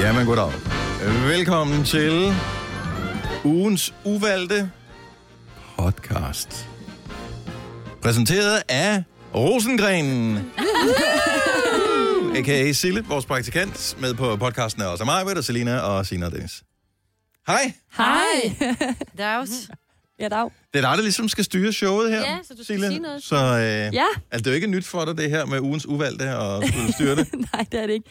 Jamen, goddag. Velkommen til ugens uvalgte podcast. Præsenteret af Rosengrenen. A.k.a. Sille, vores praktikant, med på podcasten er også mig, og Selina og Sina og Dennis. Hej, Hej. Dags. Ja, dag. det er dig, der ligesom skal styre showet her, Ja, så du skal Sille. sige noget. Så øh, ja. Ja, altså, det er jo ikke nyt for dig, det her med ugens uvalgte og skulle styre det. nej, det er det ikke.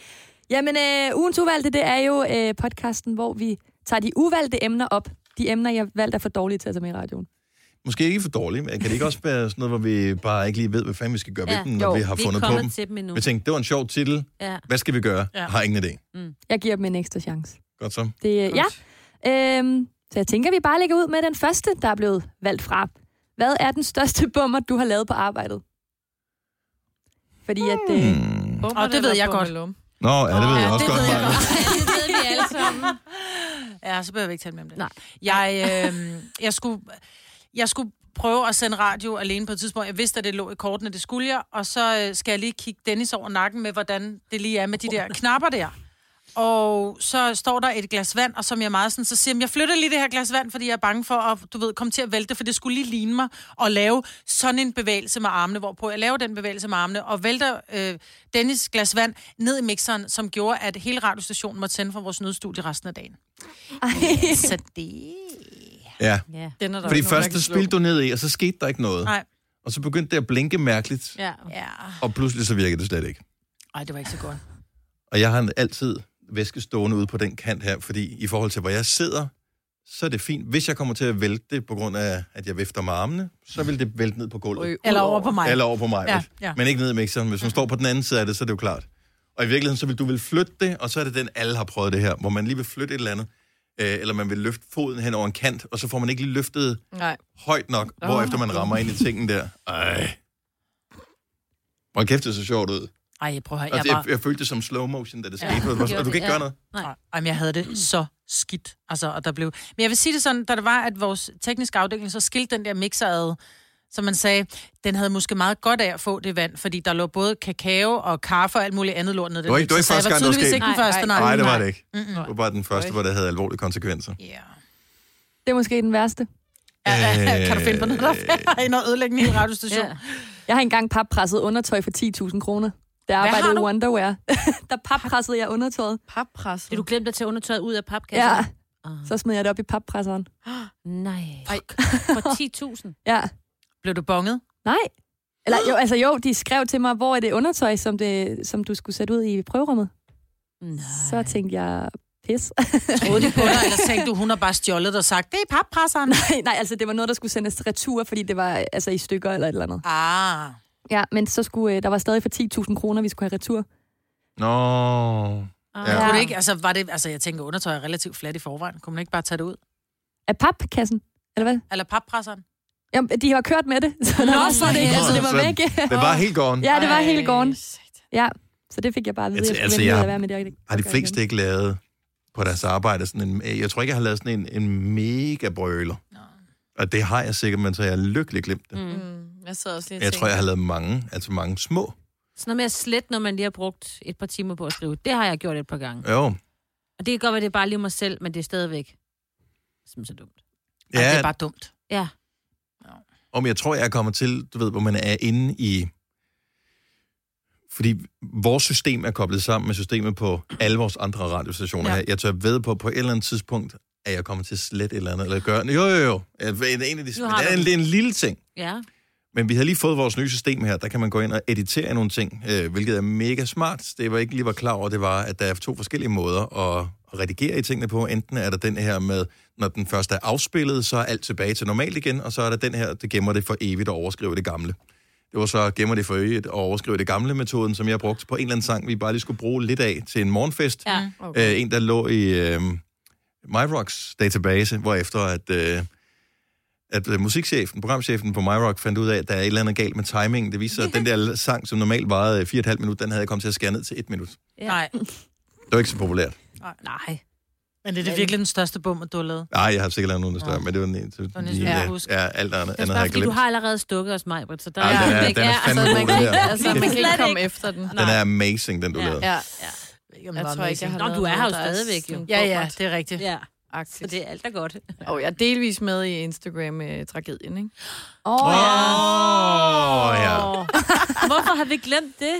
Jamen, øh, ugens uvalgte, det er jo øh, podcasten, hvor vi tager de uvalgte emner op. De emner, jeg valgte er for dårlige til at tage med i radioen. Måske ikke for dårligt, men kan det ikke også være sådan noget, hvor vi bare ikke lige ved, hvad fanden vi skal gøre ja, Ja, ved dem, når jo, vi har Vi fundet på er kommet dem? til dem endnu. Vi Mm. tænkte, det var en sjov titel. Ja. Hvad skal vi gøre? Ja. Ja. Har ingen idé. Jeg giver dem en ekstra chance. Godt så. Det, øh, ja, øhm, så jeg tænker, vi bare lægger ud med den første, der er blevet valgt fra. Hvad er den største bummer, du har lavet på arbejdet? Fordi at... Øh, Hmm. Og det ved jeg godt. Nå, ja, det ved jeg Ja, også det godt. ved jeg Maja. godt. det ved vi alle sammen. Ja, så behøver vi ikke tale mere om det. Nej. Jeg, øh, jeg, skulle, jeg skulle prøve at sende radio alene på et tidspunkt. Jeg vidste, at det lå i kortene, det skulle jeg. Og så øh, skal jeg lige kigge Dennis over nakken med, hvordan det lige er med de der knapper der. Og så står der et glas vand, og som jeg er meget sådan, så siger jeg, jeg flytter lige det her glas vand, fordi jeg er bange for at, du ved, komme til at vælte, for det skulle lige ligne mig at lave sådan en bevægelse med armene, hvorpå jeg laver den bevægelse med armene, og vælter øh, Dennis glas vand ned i mixeren, som gjorde, at hele radiostationen måtte sende fra vores nødstudie resten af dagen. ej. Så det... Ja. Ja. Den er der Fordi ikke nogen, der først kan det slå. spil du ned i, og så skete der ikke noget. Nej. Og så begyndte det at blinke mærkeligt, ja. Ja. og pludselig så virkede det slet ikke. Ej, det var ikke så godt. Og jeg har altid væske stående ude på den kant her, fordi i forhold til, hvor jeg sidder, så er det fint. Hvis jeg kommer til at vælte det på grund af, at jeg vifter med armene, så vil det vælte ned på gulvet. Ryge ud Eller over på mig. Eller over på mig. Ja, ja. Men ikke ned i mixeren. Hvis man står på den anden side af det, så er det jo klart. Og i virkeligheden, så vil du vil flytte det, og så er det den, alle har prøvet det her, hvor man lige vil flytte et eller andet, øh, eller man vil løfte foden hen over en kant, og så får man ikke lige løftet Nej. højt nok, oh. hvorefter man rammer ind i tingen der. Ej. Hvor kæft, det så sjovt ud. Ej, prøv at høre. Altså, jeg, Jeg, var... jeg følte det som slow motion, da det skete. Ja, Ja, og, det du gjorde kan det, ikke ja. gøre noget. Nej, jamen, jeg havde det så skidt. Altså, og der blev... Men jeg vil sige det sådan, da det var, at vores tekniske afdeling så skilte den der mixer ad, som man sagde, den havde måske meget godt af at få det vand, fordi der lå både kakao og kaffe og alt muligt andet lort ned. i den var ikke- det var mixer, ikke så første gang, jeg det var tydeligvis sket. ikke den Nej, første, nej. Nej, det var det ikke. Mm-mm. Det var bare den første, hvor det havde alvorlige konsekvenser. Ja. Det er måske den værste. Ja, Øh. Kan du finde på noget, der er inde og ødelægge en hel radiostation? Ja. Jeg har engang pappresset undertøj for 10.000 kroner. Der arbejdede har i du? Wonderwear. der pappressede jeg undertøjet. Pappresset. Det du glemte at tage undertøjet ud af Ja, papkassen? Ah. så smed jeg det op i pappresseren. Nej. Ej. For 10.000. Ja, Blev du bonget? nej. Eller jo, altså jo, de skrev til mig, hvor er det undertøj, som, det, som du skulle sætte ud i prøverummet. Nej. Så tænkte jeg, pis. Troede de på dig, eller tænkte du, hun har bare stjålet og sagt, det er pappresseren? Ah. nej, altså det var noget, der skulle sendes retur, fordi det var altså i stykker eller et eller andet. Ah. Ja, men så skulle, øh, der var stadig for 10.000 kroner, vi skulle have retur. Nå. Ah. Ja. Kunne det ikke, altså, var det, altså, jeg tænker, undertøj er relativt fladt i forvejen. Kunne man ikke bare tage det ud? Af papkassen, eller hvad? Eller pappresseren? Jamen, de har kørt med det, så der var Nå, slet ikke, ja. altså det var Så- væk. Det var helt gone. ja, det var hele gården. Ej, satan. Ja, så det fik jeg bare at vide, Altså, jeg skulle altså, vente med jeg- at være med det. jeg ikke- har de gøre fleste igen. ikke lavet på deres arbejde sådan en... Jeg tror ikke, jeg har lavet sådan en, en mega brøler. Nå. Og det har jeg sikkert, men så er jeg lykkelig glemt det. Mm. Mm, jeg sad også lige og Jeg tænkte, tror, jeg har lavet mange, altså mange små. Sådan noget med at slette, når man lige har brugt et par timer på at skrive. Det har jeg gjort et par gange. Jo. Og det kan godt være, det er bare lige mig selv, men det er stadigvæk som så dumt. Ja. Ej, det Ja, er bare dumt. Ja. om jeg tror, jeg kommer til, du ved, hvor man er inde i... Fordi vores system er koblet sammen med systemet på alle vores andre radiostationer ja. Ja. her. Jeg tør ved på, på et eller andet tidspunkt, at jeg kommer til at slette et eller andet, eller gøre... Jo, jo, jo. En, en af de, det Nu har er du en, den. det er en lille ting. Ja. Men vi havde lige fået vores nye system her, der kan man gå ind og editere nogle ting, øh, hvilket er mega smart. Det var ikke lige var klar over, det var, at der er to forskellige måder at at redigere i tingene på. Enten er der den her med, når den først er afspillet, så er alt tilbage til normalt igen, og så er der den her, det gemmer det for evigt og overskriver det gamle. Det var så gemmer det for evigt og overskriver det gamle metoden, som jeg brugte på en eller anden sang, vi bare lige skulle bruge lidt af til en morgenfest. Mm. ja. Okay. Øh, en, der lå i øh, MyRocks database, hvor efter at, øh, at øh, musikchefen, programchefen på MyRock fandt ud af, at der er et eller andet galt med timingen. Det viste sig, at den der sang, som normalt varede øh, 4,5 minutter, den havde jeg kommet til at skære ned til 1 minut. Det Ja. Nej. var ikke så populært. Nej. Men det er det virkelig den største bummer, du har lavet. Nej, jeg har sikkert lavet nogen, der er større, Nå. men det var den ene. så var næsten, lige- jeg Ja, kunne huske. ja, alt andet, Det er andet har bare, jeg fordi du glemt. har allerede stukket os, Majbrit, så der Ej, er den er- ikke- den er ja, fandme altså, man god, kan, den ikke, der. altså, man kan Slet ikke komme ikke. efter den. Den er amazing, den du Ja. lavede. Ja. ved ikke, om Jeg der tror ikke, jeg har Nå, lavet du er her noget, jo der stadigvæk, jo. sådan Ja, ja, bommert-agtigt. det er rigtigt. Ja, så det er alt, der er godt. Og jeg er delvis med i Instagram-tragedien, ikke? Åh, oh, ja. Åh, ja. Åh. Hvorfor har vi glemt det?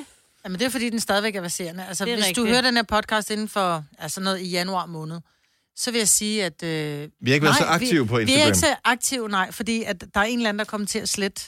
Jamen, det er, fordi den stadigvæk er baserende. Altså, Det hvis er rigtigt. du rigtigt. hører den her podcast inden for altså noget i januar måned, så vil jeg sige, at... Øh, Vi har ikke været så aktive vi, på Vi er Instagram. ikke så aktive, nej, fordi at der er en eller anden, der kommer til at slette...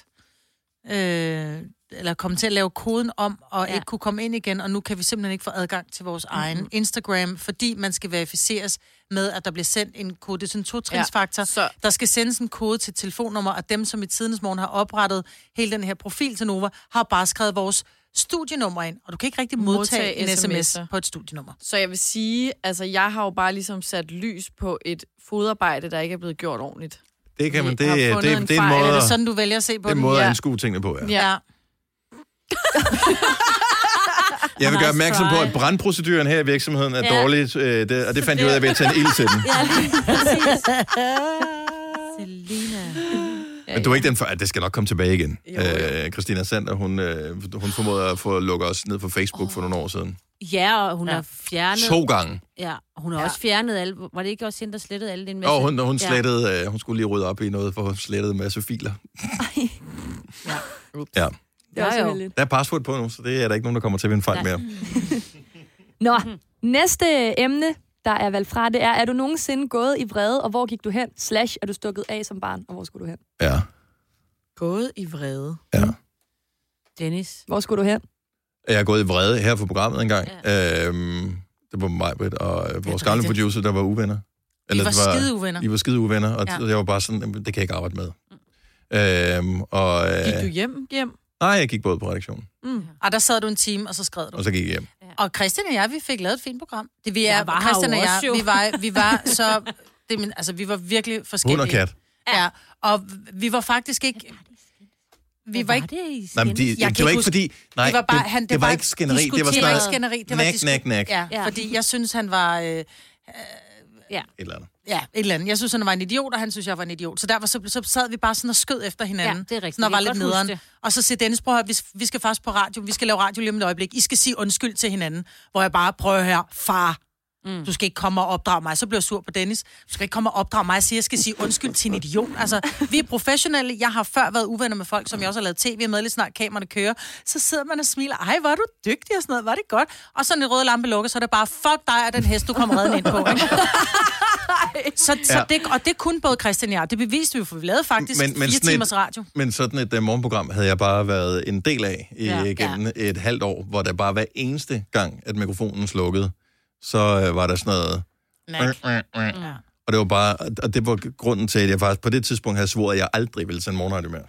Øh, eller komme til at lave koden om, og ja. Ja. ikke kunne komme ind igen, og nu kan vi simpelthen ikke få adgang til vores Mhm. mm-hmm. egen Instagram, fordi man skal verificeres med, at der bliver sendt en kode. Det er sådan en to-trins-faktor. Ja, så- Der skal sendes en kode til et telefonnummer, og dem, som i tidens morgen har oprettet hele den her profil til Nova, har bare skrevet vores studienummer ind, og du kan ikke rigtig modtage, Modtage modtage en sms sms'er. på et studienummer. Så jeg vil sige, altså jeg har jo bare ligesom sat lys på et fodarbejde, der ikke er blevet gjort ordentligt. Det kan man, det, Vi har det, fundet det, en det er en fejl, måde, Er det det sådan, du vælger at se på er en den? måde at Ja. anskue tingene på, ja. Ja. Jeg vil gøre Nice opmærksom på, try. at brandproceduren her i virksomheden er Ja. dårlig, øh, det, og det fandt jeg ud af ved at tænde ild til den. Ja, lige præcis. Selina. Men du er ikke den for, at det skal nok komme tilbage igen. Jo, jo. Øh, Christina Sander, hun, øh, hun formåede at få lukket os ned fra Facebook oh. for nogle år siden. Ja, og hun ja. har fjernet... To gange. Ja, og hun har ja. også fjernet alle... Var det ikke også hende, der slettede alle dine Og hun, hun, slettede, øh, hun skulle lige rydde op i noget, for hun slettede en masse filer. ja. Det er også Ja, jo. uheldigt. Der er password på nu, så det er der ikke nogen, der kommer til at vinde fejl Nej. mere. Nå, Mhm. næste emne, der er valgt fra, det er, er du nogensinde gået i vrede, og hvor gik du hen? Slash, er du stukket af som barn, og hvor skulle du hen? Ja. Gået i vrede. ja. Dennis. Hvor skulle du hen? Jeg er gået i vrede her for programmet engang. Ja. Øhm, det var mig, Britt, og øh, vores gamle rigtigt. producer, der var uvenner. Vi var, det var skide uvenner. I var skide uvenner, og Ja. ja. jeg var bare sådan, "Jamen, det kan jeg ikke arbejde med. Øhm, og, øh, Gik du hjem? Hjem? Nej, jeg gik både på redaktionen, Mm. Og Ah, der sad du en time, og så skrev du. og så gik jeg hjem. Og Christian og jeg, vi fik lavet et fint program. Det vi er, Jeg var var her Christian jo og jeg, også, jo. vi var, vi var så... Det, er min, altså, vi var virkelig forskellige. Hund og kat. Ja, og vi var faktisk ikke... Vi var ikke... det i Nej, men de, kan det, det ikke var ikke huske- fordi... Nej, det var bare, han, det, det var bare ikke skænderi. Det var Det var ikke snart et skænderi. Det var Nak, disku- nak, nak. Ja, Ja. fordi jeg synes, han var... Øh, eller andet. ja, et eller andet. Jeg synes, han var en idiot, og han synes, jeg var en idiot. Så derfor så, så sad vi bare sådan og skød efter hinanden. Ja, det er rigtigt. Når Jeg var kan lidt godt huske nederen. det. Og så siger Dennis, prøv at høre, vi, vi skal faktisk på radio. Vi skal lave radio lige om et øjeblik. I skal sige undskyld til hinanden. Hvor jeg bare prøver her, far, mm. du skal ikke komme og opdrage mig. Så bliver jeg sur på Dennis. Du skal ikke komme og opdrage mig og sige, jeg skal sige undskyld til en idiot. Altså, vi er professionelle. Jeg har før været uvenner med folk, som jeg også har lavet tv med, lige snart kameraerne kører. Så sidder man og smiler. Ej, hvor er du dygtig og sådan noget. Var det godt? Og så når den røde lampe lukker, så er det bare, fuck dig og den hest, du kommer redden ind på. Ikke? så, så Ja. ja. det, og det kunne både Christian og jeg. Det beviste vi, jo, for vi lavede faktisk Men- men, men men fire sådan et- timers radio. Men sådan et uh, morgenprogram havde jeg bare været en del af i, ja, Ja. gennem ja. et halvt år, hvor der bare hver eneste gang, at mikrofonen slukkede, så uh, var der sådan noget... Nej. Ja. Ja. Og det var bare... Og det var grunden til, at jeg faktisk på det tidspunkt havde svoret, at jeg aldrig ville sende morgenradio mere.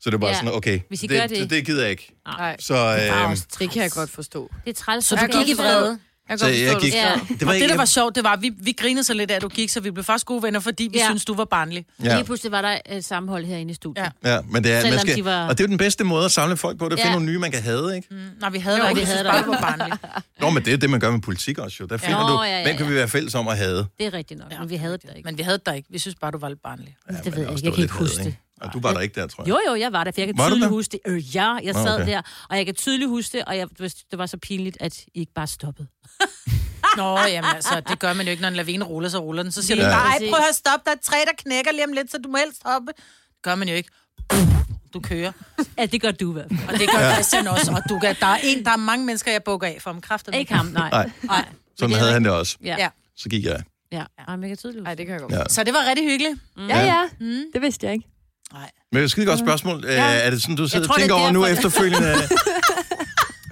Så det var ja. Ja. sådan, okay, Hvis I gør det, det- det, det gider jeg ikke. Nej, Så, øh, det kan jeg godt forstå. Det er træls. Så du gik i vrede. Jeg kan så godt forstå, jeg du gik... skrev. skrev. Det Og det, der jeg- var sjovt, det var, at vi, vi grinede så lidt af, at du gik, så vi blev faktisk gode venner, fordi vi ja. Ja. synes du var barnlig. Ja. Ja. Lige pludselig var der et sammenhold herinde i studiet. Ja. Ja, men det er, man Selvom skal, de var- og det er jo den bedste måde at samle folk på, det er at Ja. finde nogle nye, man kan have, ikke? Mm, Nej, vi havde Jo, jo, vi ikke, vi havde havde dig. bare, du var barnlig. Nå, men det er det, man gør med politik også, jo. Der finder Nå, du, ja, ja, hvem kan vi være fælles om at have? Det er rigtigt nok, men vi havde det der ikke. Men vi havde dig ikke. Vi synes bare, du var lidt barnlig. Ja, det men ved jeg også, det ikke. Jeg var kan lidt ikke huske had, det. Og du var der ikke der, tror jeg. Jo, jo, jeg var der, for jeg kan Var du tydeligt der? huske det. Øh, ja, jeg Nå, sad okay. der, og jeg kan tydeligt huske det, og jeg, det var så pinligt, at I ikke bare stoppede. Nå, jamen altså, det gør man jo ikke, når en lavine ruller, så ruller den. Så siger Lige du bare, "Ej, præcis. prøv at høre, stop, der er et træ, der knækker lige om lidt, så du må helst hoppe. Det gør man jo ikke. Du kører. Ja, det gør du i hvert fald. Og det gør Christian også. Og du kan, der er en, der er mange mennesker, jeg bukker af for om kræfter. Ikke ham, nej. Nej. nej. Sådan havde han det også. Ja. Ja. Ja. Så gik jeg. ja. Ej, men jeg kan tydeligt Nej, huske det kan jeg godt Ja. forstå. Så det var rigtig hyggeligt. Ja, Ja. ja. Mm. Det vidste jeg ikke. Men det er et skide godt Mm. spørgsmål. Ja. Er det sådan, du sidder tror, og det er tænker over nu derfor, det- efterfølgende?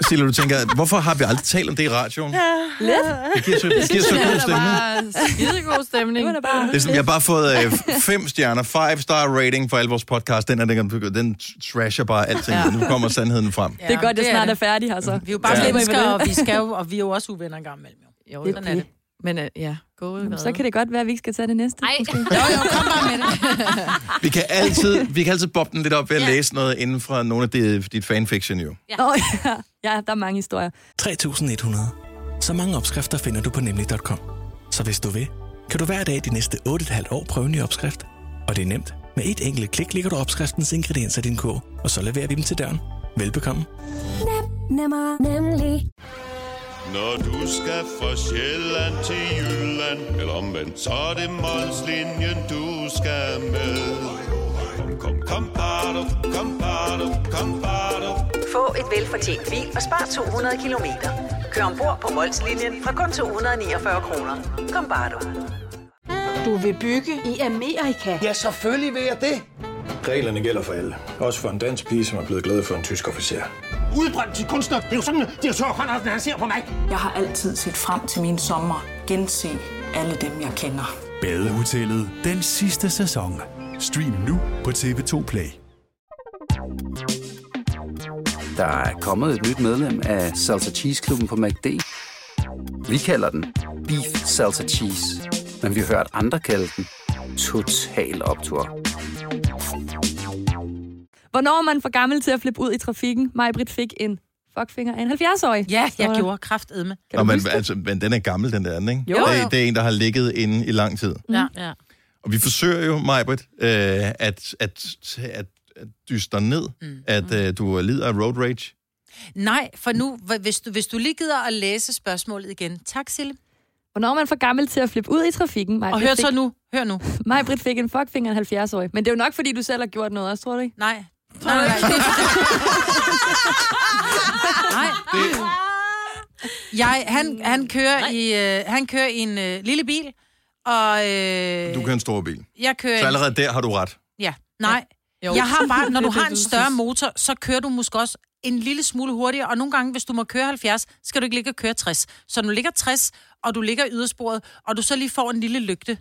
Silla, du tænker, hvorfor har vi aldrig talt om det i radioen? Lidt. Det giver så, det giver så god Det stemning. var skidegod Det stemning. var da bare... Det er sådan, jeg har bare fået øh, fem stjerner, five star rating for alle vores podcast. Den, er, den, den trasher bare alting. Ja. Nu kommer sandheden frem. Det er godt, jeg det er snart det. Mm. er færdig altså. her, så. Vi er jo bare Ja. ja. mennesker, og vi, skal jo, og vi er jo også uvenner en gang imellem. Jo. Jo, Det er jo. Sådan er det. Men øh, ja, gået i vrede. Så kan det godt være, at vi ikke skal tage det næste. Ej, Jo, jo, kom bare med det. Vi kan altid, vi kan altid bobbe den lidt op ved at ja. Ja. læse noget inden fra nogle af dit, dit fanfiction, jo. Nå, ja. ja, der er mange historier. 3100. Så mange opskrifter finder du på nemlig.com. Så hvis du vil, kan du hver dag de næste 8,5 år prøve en ny opskrift. Og det er nemt. Med et enkelt klik ligger du opskriftens ingredienser i din kog, og så leverer vi dem til døren. Velbekomme. Nemmer, nemlig. Når du skal fra Sjælland til Jylland Eller omvendt, så er det Molslinjen, du skal med Kom, kom, kom, bado, kom, bado, kom, bado. Få et velfortjent bil og spar 200 kilometer. Kør ombord på Molslinjen fra kun 249 kroner. Kom bare du. Du vil bygge i Amerika? Ja, selvfølgelig vil jeg det. Reglerne gælder for alle. Også for en dansk pige, som er blevet glad for en tysk officer. Udbrændt til kunstner. Det er jo sådan, at de har Conradsen, han ser på mig. Jeg har altid set frem til min sommer. Gense alle dem, jeg kender. Badehotellet den sidste sæson. Stream nu på TV2 Play. Der er kommet et nyt medlem af Salsa Cheese Klubben på MACD. Vi kalder den Beef Salsa Cheese, men vi har hørt andre kalde den Total Optor. Hvornår er man for gammel til at flippe ud i trafikken? Majbrit fik en fuckfinger af en 70-årig. Ja, jeg Sådan. gjorde kraftedme. du Nå, men, huske det? altså, men den er gammel, den der anden, ikke? Jo, jo. Det, er- det er en, der har ligget inde i lang tid. Ja. ja. Og vi forsøger jo, Majbrit, øh, at, at, at, at dyste dig ned, mm. at øh, du lider af road rage. Nej, for nu, hva- hvis du, hvis du lige gider at læse spørgsmålet igen. Tak, Sille. Hvornår er man for gammel til at flippe ud i trafikken? Maj, Og hør så nu. Hør nu. Mig, Britt, fik en fuckfinger af en 70-årig. Men det er jo nok, fordi du selv har gjort noget også, tror du ikke? Nej. Nej, nej. nej. Jeg, han, han, kører i, øh, han kører i en øh, lille bil, og øh, Du kører en stor bil. jeg kører... Så i- allerede der har du ret. Ja, nej. Jo. Jeg har bare, når Det du er det, har en du større synes. motor, så kører du måske også en lille smule hurtigere, og nogle gange, hvis du må køre 70, skal du ikke ligge og køre 60. Så når du ligger 60, og du ligger i ydersporet, og du så lige får en lille lygte,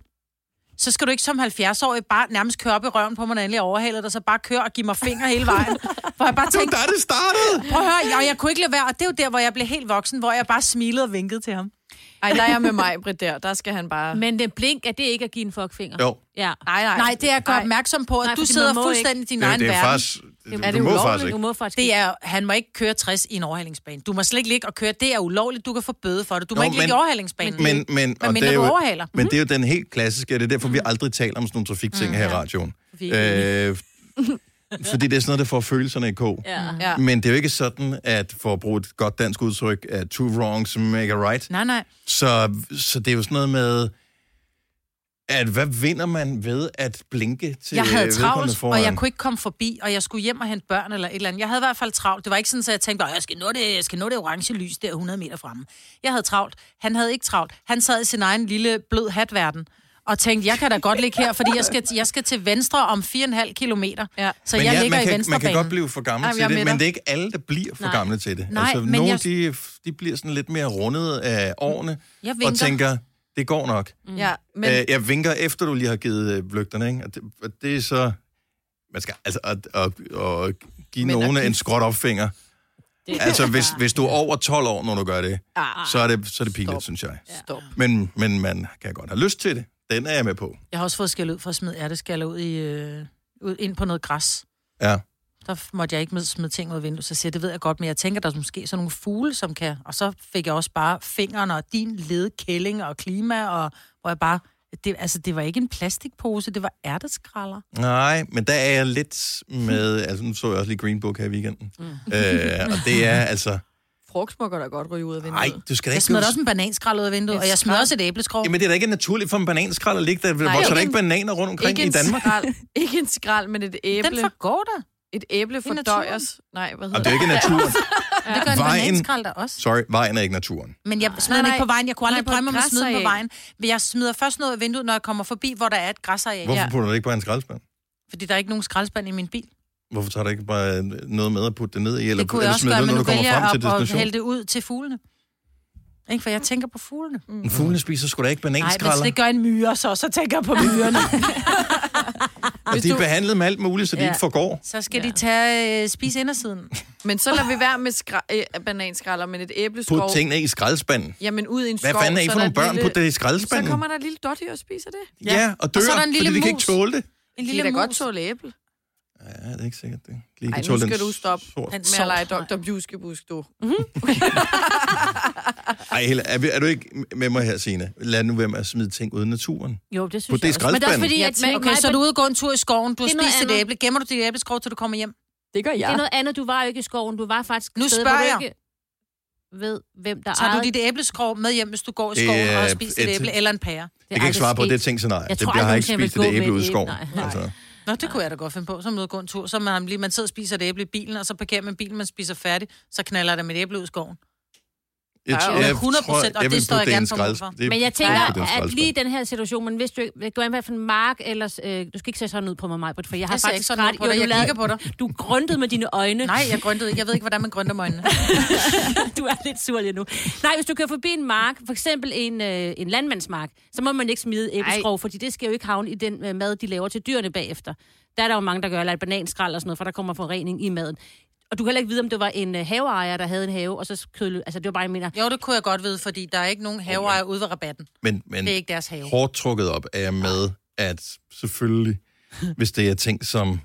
så skal du ikke som 70-årig bare nærmest køre op i røven på mig, når jeg endelig overhaler dig, så bare køre og give mig fingre hele vejen. Hvor jeg bare Det var tænkte, der, det startede! prøv at høre, og jeg kunne ikke lade være, og det er jo der, hvor jeg blev helt voksen, hvor jeg bare smilede og vinkede til ham. Ej, der er jeg med mig, Britt, der. Der skal han bare... Men det blink, er det ikke at give en fuckfinger? Jo, Ja. Nej, nej. Nej, det er jeg godt opmærksom på, at Nej, du fordi sidder man må fuldstændig i din det, egen det er verden. faktisk... Er Du det må ulovligt? faktisk Du ikke. må faktisk Det er, han må ikke køre 60 i en overhalingsbane. Du må slet ikke ligge og køre. Det er ulovligt. Du kan få bøde for det. Du må Nå, Nå, ikke ligge men- i overhalingsbanen. Men, men, Hvad det er mindre jo, du overhaler. men det er jo den helt klassiske, og det er derfor, Mhm. vi aldrig taler om sådan nogle Mm. trafikting her i radioen. Vi Øh, fordi det er sådan noget, der får følelserne i kog. Ja. Ja. Men det er jo ikke sådan, at for at bruge et godt dansk udtryk, at two wrongs make a right. Nej, nej. Så, så det er jo sådan noget med, at hvad vinder man ved at blinke til Jeg havde øh, vedkommende travlt, foran? og jeg kunne ikke komme forbi, og jeg skulle hjem og hente børn eller et eller andet. Jeg havde i hvert fald travlt. Det var ikke sådan, at jeg tænkte, "Åh, jeg skal nå det, jeg skal nå det orange lys der 100 meter fremme. Jeg havde travlt. Han havde ikke travlt. Han sad i sin egen lille blød hatverden og tænkte, jeg kan da godt ligge her, fordi jeg skal, jeg skal til venstre om 4,5 kilometer. Ja. Så men jeg ja, ligger man i kan, man venstrebanen. kan godt blive for gammel Jamen, til jeg er det, med men dig. det er ikke alle, der bliver for Nej, gamle til det. Nej, altså, men nogle jeg- de, de bliver sådan lidt mere rundet af årene, Jeg og vinker. tænker, det går nok. Ja, men... Men... Øh, jeg vinker efter, du lige har givet øh, lygterne, ikke? Og det, og det er så... Man skal altså at, at, at give Men at nogen give- en skråt opfinger. Altså, hvis, hvis du er over 12 år, når du gør det, så er det, så er det pinligt, synes jeg. Ah. Stop. Men, men man kan godt have lyst til det. Den er jeg med på. Jeg har også fået skæld ud for at smide ærteskaller ud, i, øh, ud ind på noget græs. Ja. Der f- måtte jeg ikke med- smide ting ud af vinduet, så jeg siger, det ved jeg godt, men jeg tænker, der er måske sådan nogle fugle, som kan... Og så fik jeg også bare fingrene og din led, kælling og klima, og hvor jeg bare... Det, altså, det var ikke en plastikpose, det var ærteskraller. Nej, men der er jeg lidt med... Altså, nu så jeg også lige Green Book her i weekenden. Mm. Øh, og det er altså... Frugt må godt da godt ryge ud af vinduet. Nej, du skal da Jeg ikke... smed blive- også en bananskrald ud af vinduet, og jeg smed også et æbleskrog. Jamen, det er da ikke naturligt for en bananskrald at ligge der. Nej, Vokser der ikke ikke en- bananer rundt omkring ikke i en Danmark? Skrald, ikke en skrald, men et æble. Den forgår der. Et æble fordøjers. Nej, hvad hedder Jamen, det er jo ikke naturen. Det gør en Vejen- bananskrald der også. Sorry, vejen er ikke naturen. Men jeg smider Nej, den ikke på nej. vejen. Jeg kunne aldrig Nej, på et drømme om at smide den på græsareal. vejen. Men jeg smider først noget af vinduet, når jeg kommer forbi, hvor der er et græsareal. Hvorfor putter du det ikke bare i en skraldespand? Fordi der er ikke nogen skraldespand i min bil. Hvorfor tager du ikke bare øh, noget med at putte det ned i? Eller, det kunne jeg eller også smide gøre, det, men når nu du kommer vælger frem til jeg at, at destinationen? hælde det ud til fuglene. Ikke, for jeg tænker på fuglene. Nej, En fugle spiser sgu da ikke hvis bananskralder. det gør en myre, så, så tænker jeg på myrerne. Altså, de er behandlet med alt muligt, så de Ja. ikke forgår. så skal de tage øh, spise indersiden. det? Men så lader vi være med skra- øh, bananskralder, men et æbleskov. Put tingene i skraldespanden. Jamen ud i en skov. Hvad fanden er I så for der nogle et børn? lille- Put det i Så skraldespanden. kommer der et lille dotty og spiser det. Ja, og dør, så er der en fordi lille de kan ikke mus. tåle det. En De kan lille da mus. godt tåle æble. Ja, det er ikke sikkert. Det. Lige Ej, kan nu tåle den skal du stoppe. sort. Med at lege Dr. Bjuskebusk, du. Ej, Helle, er, vi- er du ikke med mig her, Signe? Lad nu være med at smide ting uden naturen. Jo, det synes Put det i jeg også. Men det er også skraldespanden. fordi, Ja, at men, okay, så er du ude og gå en tur i skoven, du har Det er noget spist et andet. æble, gemmer du dit æbleskrog, til du kommer hjem. Det gør Det er jeg. noget andet. Du var jo ikke i skoven. Du var faktisk et Nu sted, spørger hvor du jeg. Ikke... ved, hvem der Tager ejede... du dit æbleskrog med hjem, hvis du går i Det skoven er og spiser et, et- et æble eller en pære? Det jeg kan ikke svare på, det er et tænkt scenarie. Jeg, det, jeg har ikke spist det æble ud i skoven. Altså. Nå, det kunne jeg da godt finde på, som ude at gå en tur. Så man, lige, man sidder og spiser et æble i bilen, og så parkerer man bilen, man spiser færdig, så knaller der med et æble ud i skoven. Jeg, Ja, jeg, 100%, tror, og jeg det vil står putte jeg det i en gerne på skrald. mål for. det- Men jeg jeg putter tænker, det i en at skraldespand. lige i den her situation, men hvis du ikke, du er i hvert fald en mark, eller øh, du skal ikke se sådan ud på mig, Majbert, for jeg har Jeg ser faktisk ikke sådan ud ret- på Jo, dig, du jeg lavede- kigger på dig. Du grøntede med dine øjne. Nej, jeg grøntede ikke. Jeg ved ikke, hvordan man grønter med øjnene. du er lidt sur lige nu. Nej, hvis du kører forbi en mark, for eksempel en, øh, en landmandsmark, så må man ikke smide æbleskrog, fordi det skal jo ikke havne i den øh, mad, de laver til dyrene bagefter. Der er der jo mange, der gør, eller et bananskrald og sådan noget, for der kommer forurening i maden. Og du kan heller ikke vide, om det var en øh, haveejer, der havde en have, og så kødle... Altså, det var bare, jeg mener... Jo, det kunne jeg godt vide, fordi der er ikke nogen haveejer ude ved rabatten. Men, men Det er ikke deres have. hårdt trukket op er jeg med, at selvfølgelig, hvis det er ting som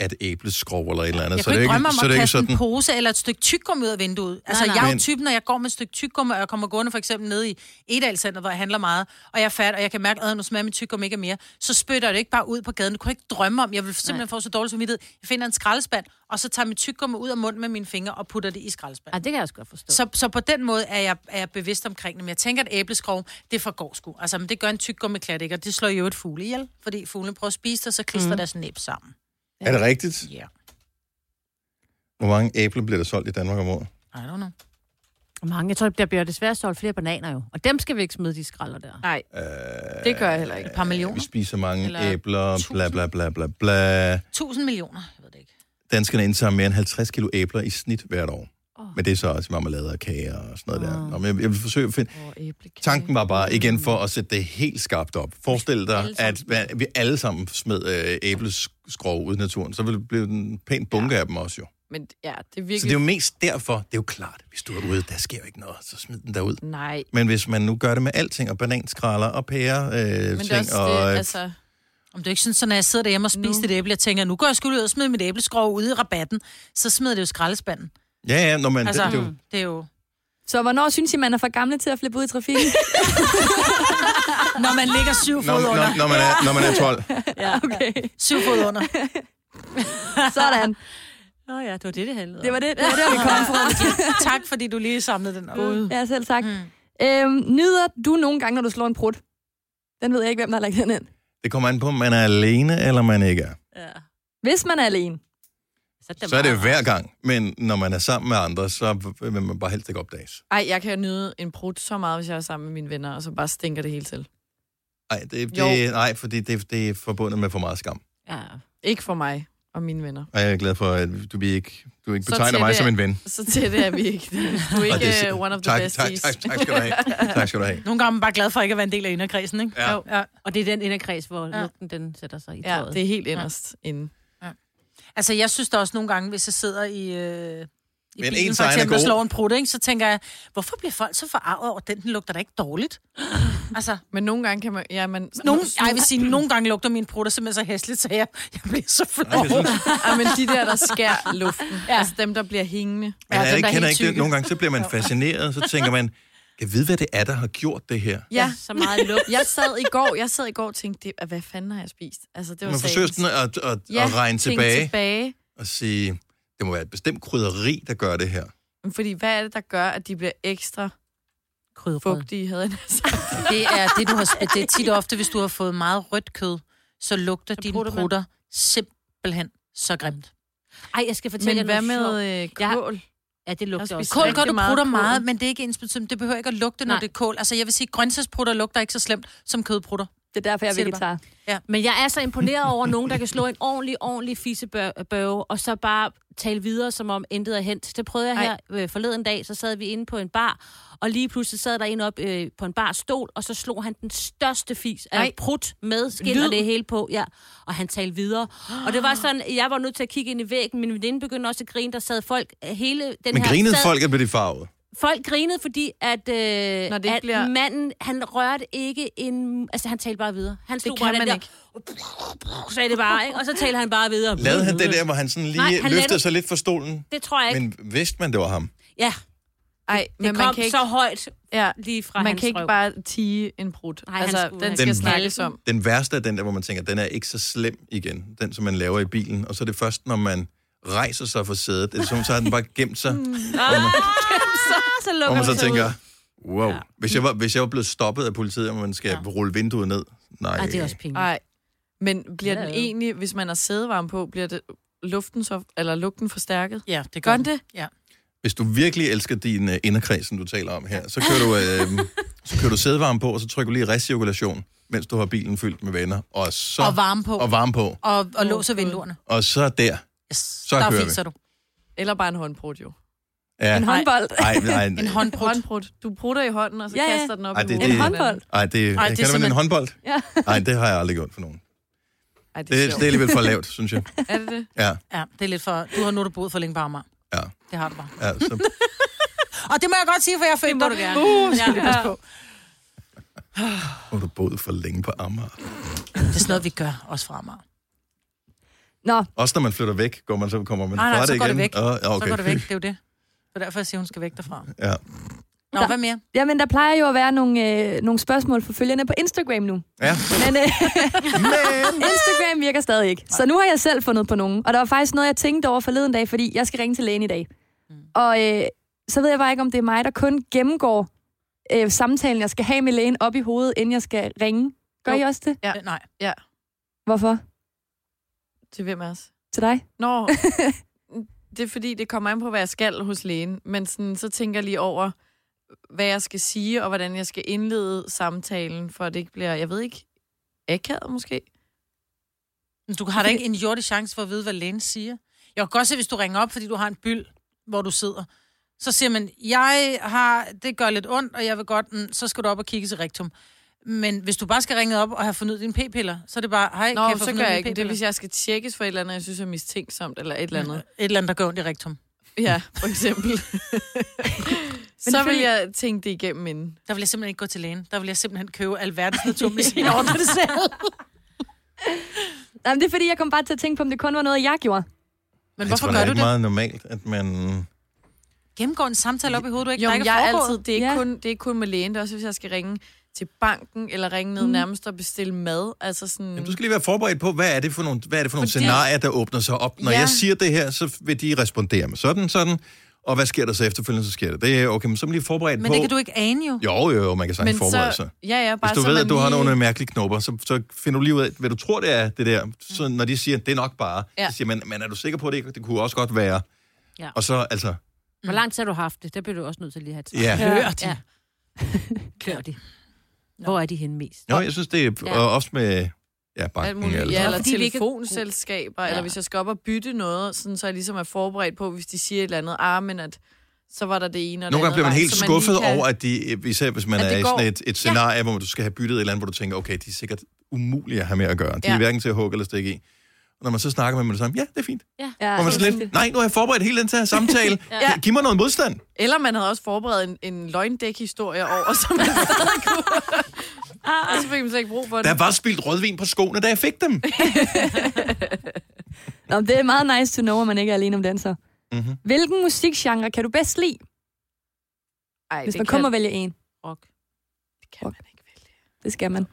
at æbleskrog eller et eller andet, Jeg så er kunne det ikke ikke, drømme om så er at det ikke kaste en sådan, pose eller et stykke tyggegummi ud af vinduet. Altså, nej. jeg er jo Men- typen, når jeg går med et stykke tyggegummi, og jeg kommer gående for eksempel nede i Edalcenter, hvor jeg handler meget, og jeg er fat, og jeg kan mærke, at nu smager min tyggegummi ikke af mere, så spytter jeg det ikke bare ud på gaden. Du kunne jeg ikke drømme om, jeg vil simpelthen få så dårlig samvittighed. Jeg finder en skraldespand, og så tager mit tyggegummi ud af munden med mine fingre og putter det i skraldespanden. Ah, det kan jeg også godt forstå. Så, så på den måde er jeg, er jeg bevidst omkring det. Men jeg tænker, at æbleskrog, det forgår sgu. Altså, men det gør en tykgummiklat ikke, og det slår jo et fugle ihjel, fordi fuglene prøver at spise det, og så klister mm. deres næb sammen. er det rigtigt? Ja. Hvor mange æbler bliver der solgt i Danmark om året? I don't know. Mange. Jeg tror, der bliver desværre solgt flere bananer jo. Og dem skal vi ikke smide de skralder der. Nej. Øh, Det gør jeg heller ikke. Et par millioner. Vi spiser mange Eller æbler, bla tusind. bla bla bla bla. 1000 millioner. Danskerne indtager mere end 50 kilo æbler i snit hvert år. Oh. Men det er så også marmelade og kager og sådan noget oh. der. Nå, men jeg, jeg vil forsøge at finde... Oh, Tanken var bare, igen for at sætte det helt skarpt op. Forestil dig, at hva- vi alle sammen smed øh, æbleskrog ud i naturen. Så ville det blive en pæn bunke ja. af dem også jo. Men ja, det er Så virkelig... det er jo mest derfor, det er jo klart, hvis du er ude, der sker jo ikke noget, så smid den derud. Nej. Men hvis man nu gør det med alting, og bananskraller og pære, øh, ting, og øh, altså... Om det er ikke sådan, så når jeg sidder derhjemme og spiser et æble, jeg tænker, nu går jeg skulle ud og smide mit æbleskrog ude i rabatten, så smider det jo i skraldespanden. Ja, ja, når man... altså, det, det, er jo- det er jo... Så hvornår synes I, man er for gamle til at flippe ud i trafikken? når man ligger syv når, når, når, man er, når man er 12. ja, okay. Syv fod under. Sådan. Nå ja, det var det, det handlede om. Det var det, det, var det vi kom fra. tak, fordi du lige samlede den op. Ja, selv tak. Mm. Øhm, nyder du nogle gange, når du slår en prut? Den ved jeg ikke, hvem der har lagt den ind. det kommer an på, om man er alene, eller man ikke er. Hvis man er alene. Så er det jo hver gang. Men når man er sammen med andre, så vil man bare helst ikke opdages. Ej, jeg kan jo nyde en brud så meget, hvis jeg er sammen med mine venner, og så bare stinker det hele til. Ej, det, Jo. det, nej, fordi det, det er forbundet med for meget skam. Ja. Ikke for mig og mine venner. Og jeg er glad for, at du bliver ikke, du ikke Så betegner tætte mig som er- en ven. Så tætte er vi ikke. Du er Og det er ikke sind- uh, one of the tak, best tak, tak, tak skal du have. Tak skal du have. Nogle gange er man bare glad for ikke at være en del af inderkredsen, ikke? Ja. Jo. ja. Og det er den inderkreds, hvor ja. lugten den sætter sig i Ja, tøjet. det er helt inderst ja. inde. Altså, jeg synes da også nogle gange, hvis jeg sidder i... Øh... I Men bilen, ens for egen er eksempel, og god. slår en prut, ikke? så tænker jeg, hvorfor bliver folk så forarvet over den? Den lugter da ikke dårligt. altså, Men nogle gange kan man... Ja, man Nogle, ej, jeg vil sige, nogle gange lugter mine prutter simpelthen så hæsligt, så jeg, jeg bliver så flov. ja, men de der, der skærer luften. Ja. Altså dem, der bliver hængende. Men dem, jeg der er kender helt ikke det. tykke. Nogle gange så bliver man fascineret, så tænker man, jeg ved, hvad det er, der har gjort det her. Ja, så meget luft. Jeg sad i går, jeg sad i går og tænkte, det, hvad fanden har jeg spist? Altså, det var Man forsøger sådan at, at, at ja, regne tænk tilbage, tilbage. og sige, det må være et bestemt krydderi, der gør det her. Men Fordi hvad er det, der gør, at de bliver ekstra fugtige, havde jeg nær sagt. Det er, det, du har, sp- det er tit og ofte, hvis du har fået meget rødt kød, så lugter så dine prutter man. prutter simpelthen så grimt. Ej, jeg skal fortælle Men jer hvad noget med, øh, sjovt. Jeg- Ja, det lugter også. Kål gør du rigtig prutter kål. meget, men det er ikke ens betydning. Det behøver ikke at lugte, når Nej. Nej. det er kål. Altså, jeg vil sige, grøntsagsprutter lugter ikke så slemt som kødprutter. Det er derfor, jeg er Siger det bare. vegetar. Ja. Men jeg er så imponeret over nogen, der kan slå en ordentlig, ordentlig fissebørge, og så bare tale videre, som om intet er hent. Det prøvede jeg her øh, forleden dag, så sad vi inde på en bar, og lige pludselig sad der en op øh, på en barstol, og så slog han den største fis af Ej. prut med skin og Lyd. det hele på, ja. Og han talte videre. Og det var sådan, jeg var nødt til at kigge ind i væggen, min veninde begyndte også at grine, der sad folk, øh, hele den Men her... grinede sad- folk, at blev de farvet? Folk grinede, fordi at, øh, Når det ikke at bliver- bliver... manden, han rørte ikke en... Altså, han talte bare videre. Han slog kan bare den man der, ikke. Sagde det bare, ikke? Og så talte han bare videre. Lavede han det der, hvor han sådan lige Nej, Nej, han han lavede- løftede sig lidt fra stolen? Det tror jeg ikke. Men... Men vidste man, det var ham? Ja. Ej, men det man kom kan ikke- så højt ja. lige fra Man hans kan ikke røv. bare tige en brud. han Altså, skulle- den han skal skulle snakkes kalde om. Den værste er den der, hvor man tænker, den er ikke så slem igen. Den, som man laver i bilen. Og så er det først, når man rejser sig fra sædet. Det er som, så har den bare gemt sig. så Hvor lukker man så den sig tænker, ud. wow. Hvis jeg var, hvis jeg var blevet stoppet af politiet, og man skal rulle vinduet ned. Nej. pinligt. Nej. Men bliver Mm. Ja, den ja. egentlig, hvis man har sædevarme på, bliver det luften så, eller lugten forstærket? Ja, det gør, gør den. det? Ja. Hvis du virkelig elsker din uh, inderkreds, som du taler om her, så kører du, øh, så kører du sædevarme på, og så trykker du lige recirkulation, mens du har bilen fyldt med venner. Og, så, Og varme på. Og varme på. Og, og låser vinduerne. Og så der. Yes. Så der kører vi. fiser du. Eller bare en håndbrud, jo. Ja. Nej, nej. en håndbrud. håndbrud. Du prutter i hånden, og så Ja, ja, ja. kaster den op Ej, i det, det, hovedet. Ej, det, Ej, Ej, det det er jeg kalder man en simpelthen- håndbold. Ja. Nej, det har jeg aldrig gjort for nogen. Ej, Det, det er alligevel for lavt, synes jeg. Er det det? Ja, Ja, det er lidt for... Du har nu er du boet for længe på Amager. Ja. Det har du bare. ja så Og det må jeg godt sige, for jeg følte må du gerne. Uh, skal Ja. ja. passe på. har du boet for længe på Amager. Det er sådan noget, vi gør, også fra Amager. Nå. Også når man flytter væk, går man, så kommer man nej, fra nej, så det går igen. det væk. Åh, ja, Så okay. går det væk, det er jo det. Så derfor jeg siger, hun skal væk derfra. Ja. Nå, hvad mere? Jamen, der plejer jo at være nogle, øh, nogle spørgsmål for følgerne på Instagram nu. Ja. Men, øh, Instagram virker stadig ikke. Så nu har jeg selv fundet på nogen. Og der var faktisk noget, jeg tænkte over forleden dag, fordi jeg skal ringe til lægen i dag. Og øh, så ved jeg bare ikke, om det er mig, der kun gennemgår øh, samtalen, jeg skal have med lægen op i hovedet, inden jeg skal ringe. Gør Jo. I også det? Ja. Nej. Ja, Hvorfor? til hvem af os? Til dig? Nå, det er fordi, det kommer an på, hvad jeg skal hos lægen. Men sådan, så tænker jeg lige over, hvad jeg skal sige, og hvordan jeg skal indlede samtalen, for at det ikke bliver, jeg ved ikke, akavet måske. Men Du har da ikke en jordig chance for at vide, hvad lægen siger. Jeg kan godt se, hvis du ringer op, fordi du har en byld, hvor du sidder. Så siger man, jeg har, det gør lidt ondt, og jeg vil godt, mm, så skal du op og kigge til rektum. Men hvis du bare skal ringe op og have fundet dine p-piller, så er det bare, hej, Nå, kan jeg få så fundet gør jeg mine ikke. Det er, p-piller? hvis jeg skal tjekkes for et eller andet, jeg synes er mistænksomt, eller et eller andet. Et eller andet, der gør ondt i rektum. Ja, for eksempel. så vil jeg tænke det igennem inden. Der vil jeg simpelthen ikke gå til lægen. Der vil jeg simpelthen købe alverdens naturmedicin over til det selv. Jamen, det er fordi, jeg kom bare til at tænke på, om det kun var noget, jeg gjorde. Men jeg tror, det er ikke meget normalt, at man... Mm. Gennemgår en samtale op i hovedet, du ikke, Jo, der men ikke jeg er foregået. altid, det er, ikke kun, det er ikke kun med lægen, det er også, hvis jeg skal ringe til banken, eller ringe ned Mm. nærmest og bestille mad. Altså sådan... Jamen, du skal lige være forberedt på, hvad er det for nogle, hvad er det for nogle Fordi- scenarier, der åbner sig op. Når Ja. ja. jeg siger det her, så vil de respondere med sådan, sådan. Og hvad sker der så efterfølgende, så sker det. Det er okay, men så er man lige forberedt Men på... det kan du ikke ane jo. Jo, jo, jo, man kan sagtens forberede sig. Ja, ja, bare Hvis du så ved, man at du har lige- nogle mærkelige knopper, så, så finder du lige ud af, hvad du tror, det er, det der. Mm. Så når de siger, det er nok bare, Ja. ja. så siger man, men er du sikker på, at det, ikke- det kunne også godt være. Ja. Og så, altså, Hvor lang tid har du haft det? Der bliver du også nødt til lige at have et svar. Ja. Klør de. Ja. Klør de. Hvor er de henne mest? jo, jeg synes, det er Ja. ja. ofte med ja, banken. Alt muligt. Ja, eller Fordi vi ikke- telefonselskaber, ja. eller hvis jeg skal op og bytte noget, sådan, så jeg ligesom er forberedt på, hvis de siger et eller andet, ah, men at, så var der det ene og Nogle gange bliver det andet man vej, helt så skuffet lige kan- over, at de, især hvis man At det er i går. sådan et, et scenarie, ja. hvor man- du skal have byttet et eller andet, hvor du tænker, okay, de er sikkert umulige at have med at gøre. De ja. Ja. er hverken til at hugge eller stikke i. Og når man så snakker med dem, er det samme, ja, det er fint. Ja. Ja, hvor man så lidt, nej, nu har jeg forberedt hele den her samtale. Ja. ja. Giv mig noget modstand. Eller man havde også forberedt en, en løgndæk-historie over, som man stadig kunne... og så fik man slet ikke brug for det. Der var spildt rødvin på skoene, da jeg fik dem. Nå, men det er meget nice to know, at man ikke er alene om den så. Mm-hmm. Hvilken musikgenre kan du bedst lide, Ej, hvis det man kan- kommer og vælger en? Rock. Det kan man ikke vælge. Det skal man.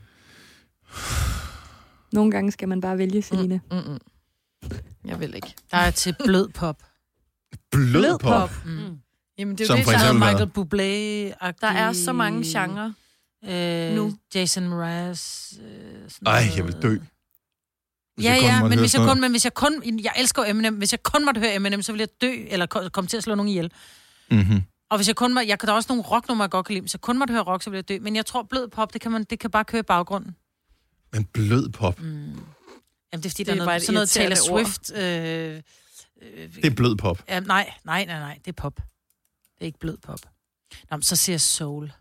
Nogle gange skal man bare vælge, Selina. Mm, mm, mm. Jeg vil ikke. Der er til blød pop. Blød pop. Mm. Jamen, det er Som jo det, for eksempel der er hvad? Michael Michael Bublé. Der er så mange genrer. Øh, Nu. nu. Jason Mraz. Øh, sådan Ej, noget. jeg vil dø. Hvis Ja, jeg kun ja, måtte men høre hvis jeg, sådan kun, men hvis jeg kun... Jeg elsker jo Eminem. Hvis jeg kun måtte høre Eminem, så ville jeg dø, eller ko- komme til at slå nogen ihjel. noget. Mhm. Og hvis jeg kun må, jeg kan der er også nogle rocknumre, jeg godt kan lide, men hvis jeg kun måtte høre rock, så ville jeg dø. Men jeg tror, blød pop, det kan, man, det kan bare køre i baggrunden. Men blød pop, mm. Jamen, det er fordi, Det det der er er bare noget, et sådan noget Taylor irriterende ord. Swift. Øh, øh, det er blød pop. ja, nej, nej, nej, nej, det er pop. Det er ikke blød pop. Nå, men så siger jeg soul.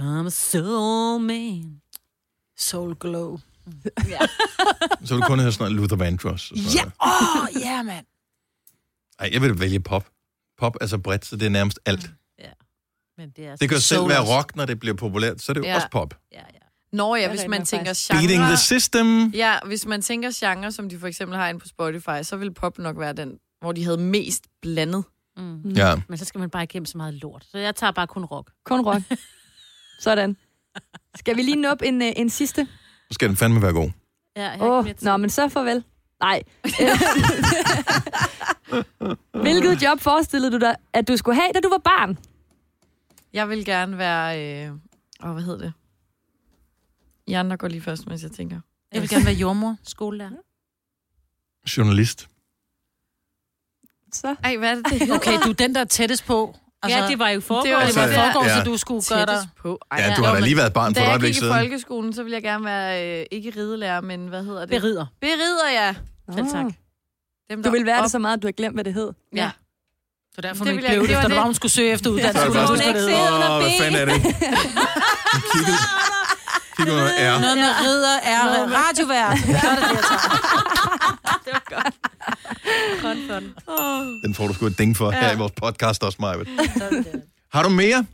I'm a soul man. Soul glow. Så vil du kun høre sådan noget Luther Vandross. og sådan Ja, noget. åh, oh, ja, mand. Ej, jeg vil vælge pop. Pop er så bredt, så det er nærmest alt. Men det, er Det kan jo selv soul være også. rock, når det bliver populært, så er det jo Ja. også pop. Nå ja, Det hvis er man rent tænker faktisk. genre... Beating the system. Ja, hvis man tænker genre, som de for eksempel har inde på Spotify, så vil pop nok være den, hvor de havde mest blandet. Mm. Ja. Men så skal man bare igennem så meget lort. Så jeg tager bare kun rock. Kun rock. Sådan. Skal vi lige nå op en, øh, en sidste? Så skal den fandme være god. Ja, jeg Åh, oh, nå, men så farvel. Nej. Hvilket job forestillede du dig, at du skulle have, da du var barn? Jeg vil gerne være... Øh... Åh, hvad hedder det? I andre går lige først, mens jeg tænker. Jeg vil gerne være jordmor, skolelærer. Journalist. Så. Ej, hvad er det, det Okay, du er den, der er tættest på. Altså, Altså- Ja, det var jo foregår. Det var, det var Altså, foregår, ja. så du skulle gøre dig... Tættest på. Ej, Ja, du har da lige været barn for da et jeg øjeblik gik siden. i folkeskolen, så ville jeg gerne være, øh, ikke ridelærer, men hvad hedder det? Berider. Berider, ja. Selv Åh. tak. Du der vil være op- det så meget, at du har glemt, hvad det hed. Ja. Så derfor Det hun ikke ville jeg- blev det det, var efter det det. var, hun skulle søge efter Ja. uddannelse. Så Ja, er det bare sådan- Åh, hvad fanden er det? Kigget. Kigget under R. Noget med ridder er Noget med- radiovært. Så er det det, jeg tager. Den får du sgu et ding for ja. her i vores podcast også, Majbet. Har du mere?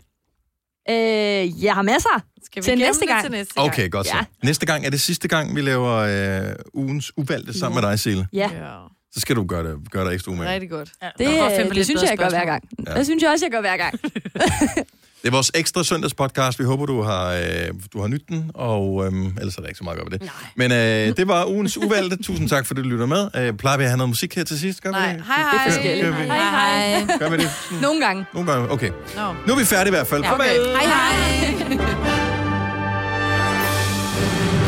Øh, jeg har masser. Skal vi til gemme næste det gang. til næste Okay, godt så. Næste gang er det sidste gang, vi laver øh, ugens uvalgte sammen med dig, Sille. Ja. Så skal du gøre det, gøre dig ekstra umage. Rigtig godt. Ja. Det, Der var fandme øh, det, lidt det synes bedre jeg, jeg gør hver spørgsmål. gang. Ja. Ja. Det synes jeg også, jeg gør hver gang. Det er vores ekstra søndagspodcast. Vi håber, du har, øh, du har nyt den, og øh, ellers er der ikke så meget godt ved det. Nej. Men øh, det var ugens uvalgte. Tusind tak, fordi du lytter med. Øh, plejer vi at have noget musik her til sidst? Gør vi Nej, det? hej hej. Det er forskelligt. Gør vi- Hej hej. Gør vi det? Nogle gange. Nogle gange, okay. Nå. Nu er vi færdige i hvert fald. Ja, Farvel. okay. Hej hej.